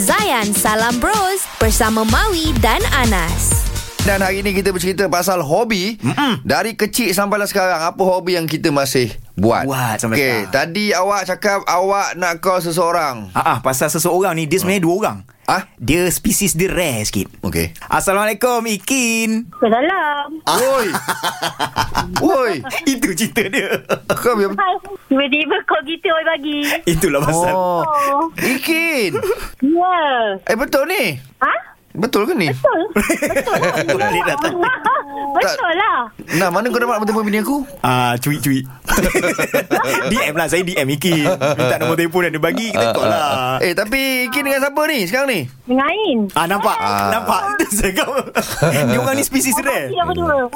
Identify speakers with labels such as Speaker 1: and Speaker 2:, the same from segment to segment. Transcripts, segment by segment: Speaker 1: Zayan Salam Bros bersama Maui dan Anas.
Speaker 2: Dan hari ni kita bercerita pasal hobi. Mm-mm. Dari kecil sampailah sekarang, apa hobi yang kita masih buat?
Speaker 3: Buat sampai
Speaker 2: Okey,
Speaker 3: sekarang.
Speaker 2: tadi awak cakap awak nak call seseorang.
Speaker 3: Ah, ah pasal seseorang ni dia sebenarnya dua orang.
Speaker 2: Ah?
Speaker 3: Dia spesies dia rare sikit.
Speaker 2: Okey.
Speaker 3: Assalamualaikum Ikin.
Speaker 4: Salam.
Speaker 3: Ah.
Speaker 2: Woi. Woi.
Speaker 3: Itu cerita dia.
Speaker 2: Kau biar
Speaker 4: Hai. Tiba-tiba kau kita oi pagi.
Speaker 3: Itulah pasal. Oh.
Speaker 2: Oh.
Speaker 4: Oh.
Speaker 2: Ikin.
Speaker 4: Ya. Yeah.
Speaker 2: Eh betul ni.
Speaker 4: Ha?
Speaker 2: Betul ke ni?
Speaker 4: Betul. Betul lah.
Speaker 3: Boleh dah tahu.
Speaker 4: Betul lah.
Speaker 2: Nah, mana kau dapat bertemu bini aku?
Speaker 3: Ah, cuit-cuit. DM lah saya DM Ikin. Minta nombor telefon yang dia bagi kita call lah.
Speaker 2: Eh, tapi Ikin dengan siapa ni sekarang ni?
Speaker 4: Mengain.
Speaker 3: Ah nampak
Speaker 2: Ah.
Speaker 3: ah. Nampak Saya kau Dia orang ni spesies rare
Speaker 4: Kita Ya, berdua.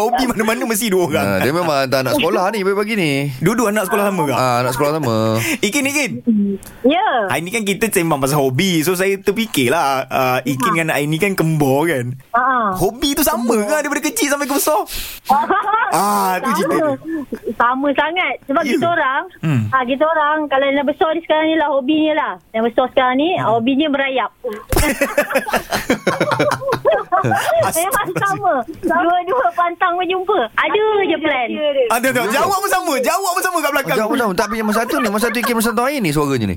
Speaker 3: Hobi mana-mana mesti dua orang
Speaker 2: Nah, dia memang hantar anak sekolah ni pagi-pagi ni.
Speaker 3: Dua-dua anak sekolah sama kau
Speaker 2: Ah, anak sekolah sama.
Speaker 3: Ikin Ikin
Speaker 4: Ya.
Speaker 3: Hari ni kan kita sembang pasal hobi So saya terfikirlah uh, Ikin dengan Aini kan kembar kan
Speaker 4: Ha.
Speaker 3: Hobi tu sama ke daripada kecil sampai ke besar? Ah, tu cerita dia.
Speaker 4: Sama. Sama sangat Sebab
Speaker 3: You.
Speaker 4: kita orang
Speaker 3: Hmm.
Speaker 4: ah, Kita orang Kalau yang besar ni sekarang ni lah Hobinya lah Yang besar sekarang ni
Speaker 3: Hmm.
Speaker 4: Hobinya merayap Memang sama Dua-dua pantang berjumpa Ada je plan
Speaker 3: Ada tu. Ah, Jawab pun sama. Jawab pun sama kat belakang.
Speaker 2: Jangan pun Oh, tak punya masa satu ni. Masa satu Ikin masa satu air ni suaranya ni.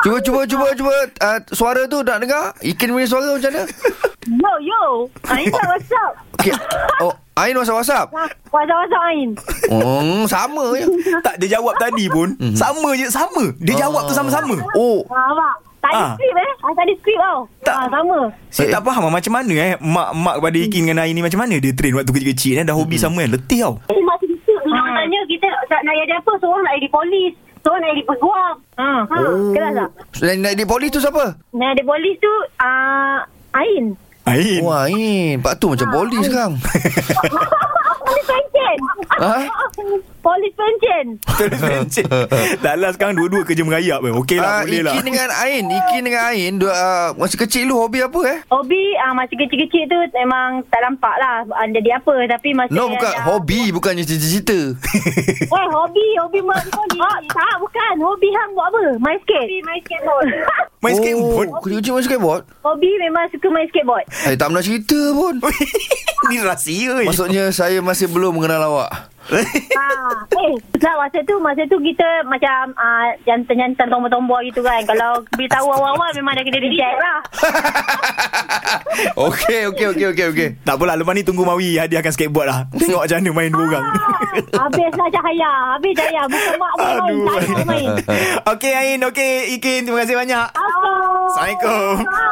Speaker 2: Cuba cuba cuba cuba uh, suara tu nak dengar? Ikin punya suara macam mana?
Speaker 4: Yo yo Ain lah what's up
Speaker 2: Okey. Oh, Ain WhatsApp WhatsApp.
Speaker 4: Ah, What's up what's up Ain
Speaker 2: Hmm, sama je.
Speaker 3: Tak dia jawab tadi pun sama je sama. Dia jawab tu sama-sama.
Speaker 2: Mhm. Oh,
Speaker 4: Ah, Abang Tak ada
Speaker 3: Ah.
Speaker 4: skrip eh ah, Tak ada skrip tau
Speaker 3: Tak.
Speaker 4: ah, Sama
Speaker 3: Saya tak faham lah macam mana eh mak-mak kepada Ikin dengan Aini macam mana dia train waktu kecil-kecil eh dah
Speaker 2: Mhm.
Speaker 3: hobi sama kan. Letih tau.
Speaker 4: Jadi masa kita Dulu orang tanya Kita tak nak jadi apa Seorang nak jadi polis Seorang nak jadi peguam ah. ha.
Speaker 2: Oh.
Speaker 4: Kelas tak
Speaker 2: yang nak di polis tu siapa?
Speaker 4: Nak jadi polis tu ah, Ain
Speaker 3: Ain.
Speaker 2: Wah, Ain. Pak tu macam polis sekarang.
Speaker 4: Polis pencen
Speaker 2: Ha?
Speaker 4: Polis pencen
Speaker 3: Terus pencet. Tak lah sekarang dua-dua kerja merayap eh. Okey
Speaker 2: Ah,
Speaker 3: lah boleh lah.
Speaker 2: Ikin dengan Ain, Ikin dengan Ain, dua, uh, masa kecil lu hobi apa eh?
Speaker 4: Hobi ah, Masa kecil-kecil tu Memang tak nampak lah ah, Jadi apa Tapi masa
Speaker 2: No, bukan
Speaker 4: ah,
Speaker 2: hobi, bukannya cita-cita.
Speaker 4: Weh, hobi, hobi mak hobi. Oh, tak, bukan. Hobi hang buat apa? Main skate. Hobi main skateboard.
Speaker 3: Main skateboard.
Speaker 2: Oh, kecil-kecil main skateboard?
Speaker 4: hobi memang suka main skateboard.
Speaker 2: Eh, tak pernah cerita pun.
Speaker 3: Ni rahsia. eh.
Speaker 2: Maksudnya saya masih belum mengenal awak.
Speaker 4: ha. Eh, lah masa tu, masa tu kita macam uh, jantan-jantan tombol-tombol gitu kan. Kalau beritahu awal-awal memang dah kena reject lah.
Speaker 2: Okey, okey, okey, okey, okey.
Speaker 3: Tak apalah lepas ni tunggu Mawi hadiahkan skateboard lah. Tengok macam mana main dua orang.
Speaker 4: Habislah lah cahaya. Habis cahaya. Bukan mak boleh Ah,
Speaker 3: Aduh.
Speaker 4: main. Tak boleh main.
Speaker 3: Okey Ain, okey Ikin terima kasih banyak. Assalamualaikum.
Speaker 4: Bye.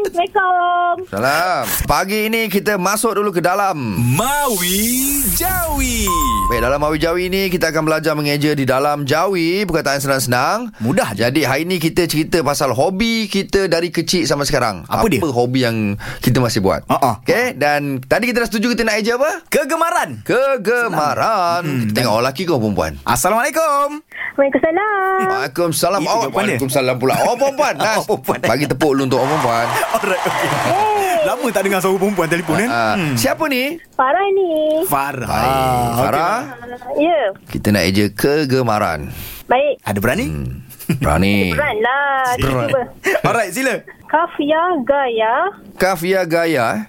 Speaker 4: Assalamualaikum.
Speaker 2: Salam. Pagi ini kita masuk dulu ke dalam.
Speaker 5: Maui Jawi.
Speaker 2: Baik, dalam Mawi Jawi ni kita akan belajar mengeja di dalam Jawi, perkataan senang-senang.
Speaker 3: Mudah je.
Speaker 2: Jadi hari ni kita cerita pasal hobi kita dari kecil sampai sekarang.
Speaker 3: Apa dia?
Speaker 2: Apa
Speaker 3: Ah,
Speaker 2: hobi yang kita masih buat?
Speaker 3: Ha-ha.
Speaker 2: Okey, dan tadi kita dah setuju kita nak eja apa?
Speaker 3: Kegemaran.
Speaker 2: Kegemaran.
Speaker 3: Hmm,
Speaker 2: Kita tengok orang lelaki ke orang perempuan?
Speaker 3: Assalamualaikum.
Speaker 4: Waalaikumsalam.
Speaker 2: Waalaikumsalam.
Speaker 3: Itu
Speaker 2: Awak
Speaker 3: jawapan dia.
Speaker 2: Waalaikumsalam pula. Orang perempuan. Nas.
Speaker 3: Orang perempuan.
Speaker 2: Bagi tepuk lu untuk orang perempuan.
Speaker 3: Alright. Okay. Lama tak dengar suara perempuan telefon kan?
Speaker 2: Oh. Ah, Siapa ni?
Speaker 4: Farah ni.
Speaker 3: Farah.
Speaker 2: Baik,
Speaker 3: Ah, Okey,
Speaker 2: Farah.
Speaker 4: Ya. Yeah.
Speaker 2: Kita nak eja kegemaran.
Speaker 4: Baik.
Speaker 3: Ada berani?
Speaker 2: Hmm. Berani.
Speaker 4: Run lah.
Speaker 2: Run.
Speaker 4: Cuba.
Speaker 3: Alright, sila.
Speaker 4: Kafiah Gaya.
Speaker 2: Kafia gaya. eh.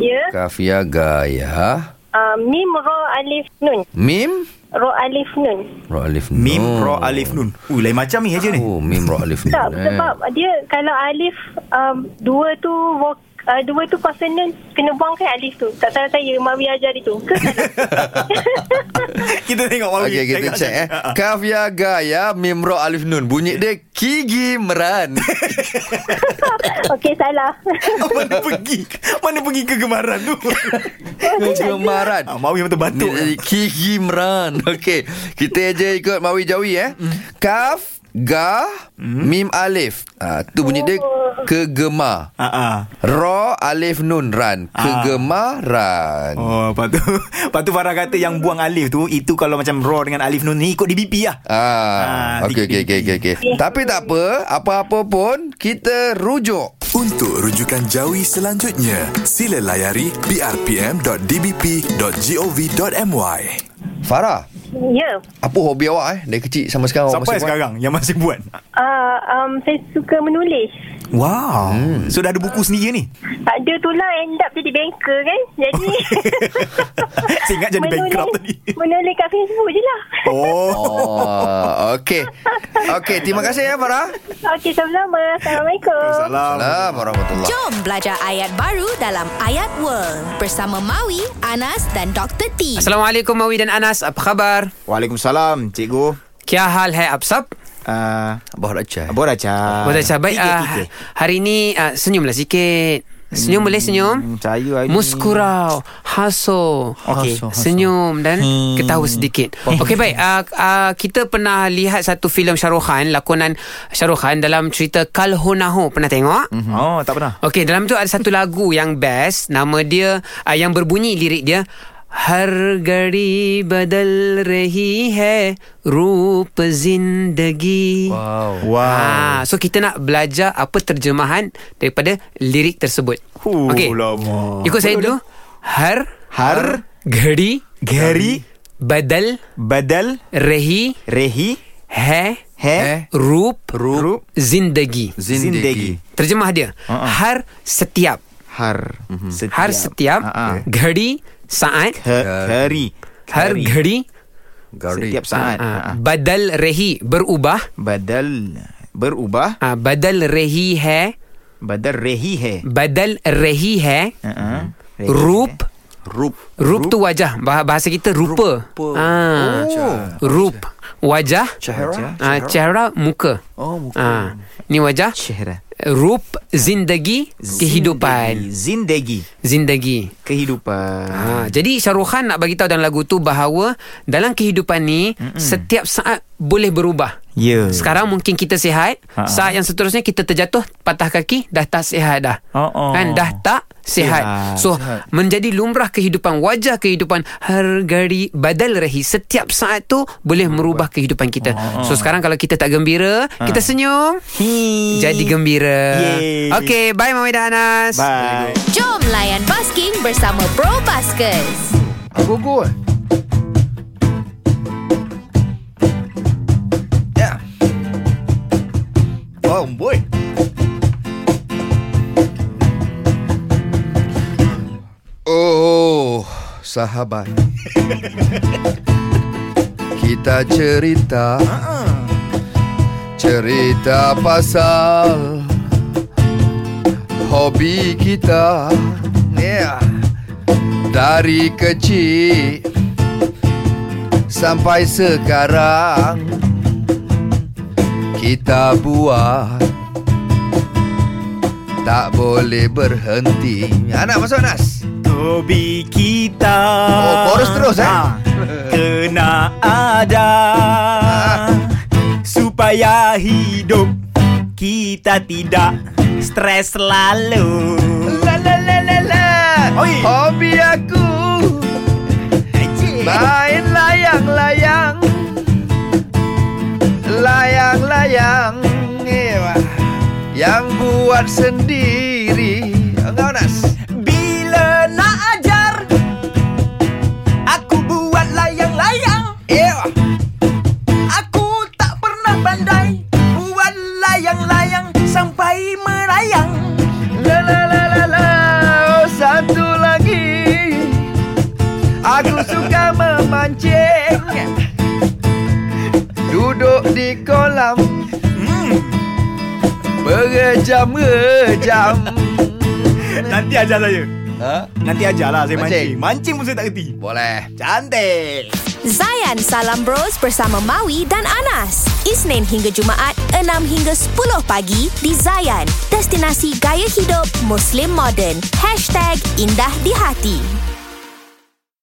Speaker 4: Ya.
Speaker 2: Kafia gaya.
Speaker 4: Uh, mim Ra Alif Nun.
Speaker 2: Mim.
Speaker 4: Ra Alif Nun.
Speaker 2: Ro alif nun.
Speaker 3: Mim Ra Alif Nun. Ui, lain macam ni aja ni.
Speaker 2: Oh, mim ro alif nun.
Speaker 3: Eh.
Speaker 2: eh.
Speaker 4: Tak, sebab dia kalau Alif um, dua tu vok, uh, dua tu consonant kena buangkan Alif tu. Tak salah saya Mawi ajar itu. Ke salah?
Speaker 3: Kita tengok Mawi.
Speaker 2: Okey, kita
Speaker 3: Oh, Tengok
Speaker 2: check eh.
Speaker 3: Ah, ah.
Speaker 2: Kafia gaya mim ro alif nun. Bunyi dia kigimeran.
Speaker 4: Okey salah.
Speaker 3: mana pergi? Mana pergi kegemaran tu?
Speaker 2: Kegemaran.
Speaker 3: ah, Mawi memang
Speaker 2: Ni
Speaker 3: terbatuk.
Speaker 2: jadi Kigimran Okey Kita je ikut Mawi Jawi eh
Speaker 3: Hmm.
Speaker 2: Kaf Ga Mim Alif ha, Tu bunyi dia
Speaker 4: Oh.
Speaker 2: Kegema
Speaker 3: Ah, ah.
Speaker 2: Ro Alif Nun Ran Kegemaran
Speaker 3: Oh, lepas tu, lepas tu Farah kata yang buang Alif tu, itu kalau macam Ra dengan Alif Nun ni ikut DBP lah.
Speaker 2: Ah,
Speaker 3: Ah,
Speaker 2: okey okey okey okey okey. Tapi tak apa, apa-apa pun kita rujuk.
Speaker 5: Untuk rujukan Jawi selanjutnya, sila layari brpm.dbp.gov.my.
Speaker 2: Farah,
Speaker 4: ya.
Speaker 2: apa hobi awak eh dari kecil sampai sekarang? awak
Speaker 3: Sampai
Speaker 2: masih buat?
Speaker 3: sekarang yang masih buat.
Speaker 4: Uh, uh, um, saya suka menulis.
Speaker 3: Wow hmm. So dah ada buku sendiri ni
Speaker 4: Ada tu lah end up jadi banker kan. Jadi
Speaker 3: Saya ingat jadi bankrupt tadi
Speaker 4: Menulis kat Facebook je lah.
Speaker 3: Oh
Speaker 2: Oh, okey. Okey, terima kasih ya Farah.
Speaker 4: Okey, sama-sama. Assalamualaikum.
Speaker 3: Salam
Speaker 2: Salam warahmatullahi.
Speaker 1: Jom belajar ayat baru dalam Ayat World bersama Maui, Anas dan Dr. T.
Speaker 6: Assalamualaikum Mawi dan Anas Apa khabar?
Speaker 3: Waalaikumsalam Cikgu
Speaker 6: Kya hal hai ab sab?
Speaker 3: uh,
Speaker 2: Abah Raja.
Speaker 3: Bora Cha
Speaker 6: Boleh uh, baik
Speaker 3: Tiga,
Speaker 6: uh,
Speaker 3: tiga.
Speaker 6: Hari ni uh, senyumlah sikit Senyum boleh senyum?
Speaker 3: saya Hmm, hari ni-
Speaker 6: Muskurau Haso
Speaker 3: Okey.
Speaker 6: Haso, haso. Senyum dan hmm. ketawa sedikit Okey baik uh, uh, Kita pernah lihat satu filem Shahrukh Khan Lakonan Shahrukh Khan dalam cerita Kal Ho Na Ho Pernah tengok?
Speaker 3: Oh tak pernah
Speaker 6: Okey, dalam tu ada satu lagu yang best. Nama dia uh, yang berbunyi lirik dia हर घड़ी बदल रही है रूप जिंदगी
Speaker 2: Wow.
Speaker 6: Wow. Ha, so kita nak belajar apa terjemahan daripada lirik tersebut.
Speaker 3: Huh,
Speaker 6: Okey.
Speaker 3: lama.
Speaker 6: Ikut saya dulu. Har
Speaker 3: Har
Speaker 6: घड़ी
Speaker 3: Gari
Speaker 6: बदल
Speaker 3: Badal
Speaker 6: रही
Speaker 3: Rehi
Speaker 6: है
Speaker 3: He
Speaker 6: रूप
Speaker 3: Rup Ha,
Speaker 6: जिंदगी.
Speaker 2: Zindagi.
Speaker 6: Terjemah dia. Uh-uh. Har setiap
Speaker 3: Har setiap.
Speaker 6: Hmm. Har setiap Ah,
Speaker 3: Ha-ha.
Speaker 6: Ghadi Saat
Speaker 3: Ke- Hari
Speaker 6: Har
Speaker 3: Hari.
Speaker 6: ghadi
Speaker 2: Gari.
Speaker 3: Setiap saat
Speaker 6: ah,
Speaker 3: Ha-ha.
Speaker 6: Badal rehi Berubah
Speaker 3: Badal Berubah
Speaker 6: ah, Badal rehi hai
Speaker 3: Badal rehi hai
Speaker 6: Badal rehi hai
Speaker 3: Ha-ha. Rehi
Speaker 6: Hmm. Rup
Speaker 2: Rup.
Speaker 6: Rup tu wajah Bah- Bahasa kita rupa ah, Rup Wajah
Speaker 2: Cahara.
Speaker 6: ah, Cahara Muka
Speaker 3: Oh, muka.
Speaker 6: ah, Ni wajah
Speaker 3: Syahra
Speaker 6: Rup Zindagi Kehidupan
Speaker 3: Zindagi
Speaker 6: Zindagi
Speaker 3: Kehidupan
Speaker 6: Ha, jadi Syahrukh Khan nak bagi tahu dalam lagu tu bahawa dalam kehidupan ni Mm-mm. setiap saat boleh berubah.
Speaker 3: Ya
Speaker 6: Sekarang mungkin kita sihat,
Speaker 3: Ha, ha.
Speaker 6: saat yang seterusnya kita terjatuh, patah kaki, dah tak sihat dah.
Speaker 3: Oh, oh.
Speaker 6: Kan dah tak sihat.
Speaker 3: Sihat,
Speaker 6: So menjadi lumrah kehidupan, wajah kehidupan, hargari badal rahi. Setiap saat tu boleh merubah kehidupan kita.
Speaker 3: Oh,
Speaker 6: So sekarang kalau kita tak gembira,
Speaker 3: Ha.
Speaker 6: kita senyum,
Speaker 3: Hi.
Speaker 6: jadi gembira.
Speaker 3: Yeay.
Speaker 6: Okay, bye Mami dan Anas.
Speaker 3: Bye
Speaker 1: Jom layan basking bersama Pro Baskers.
Speaker 2: Agogo eh. Yeah. Oh boy. Oh, sahabat. Kita cerita Cerita pasal Hobi kita Yeah dari kecil sampai sekarang kita buat tak boleh berhenti. Anak masuk Anas.
Speaker 3: Hobi kita
Speaker 2: Oh, chorus terus, eh?
Speaker 3: Ah, Kena ada Supaya hidup Kita tidak Stres selalu
Speaker 2: La la la la la.
Speaker 3: Oi.
Speaker 2: Hobi aku main layang-layang. Layang-layang. Eh, wah. Yang buat sendiri. Engkau Anas.
Speaker 3: Bila nak ajar Aku buat layang-layang
Speaker 2: Eh. wah.
Speaker 3: Aku tak pernah pandai Buat layang-layang Sampai merayang
Speaker 2: La la la la la oh, Satu lagi Aku suka memancing Duduk di kolam Hmm. Berjam-rejam
Speaker 3: Nanti ajar saya
Speaker 2: ha?
Speaker 3: Nanti ajarlah saya
Speaker 2: Mancing.
Speaker 3: mancing. Mancing pun saya tak kerti.
Speaker 2: Boleh
Speaker 3: Cantik.
Speaker 1: Zayan Salam Bros bersama Maui dan Anas. Isnin hingga Jumaat 6 hingga 10 pagi di Zayan. Destinasi gaya hidup Muslim Modern. #IndahDiHati.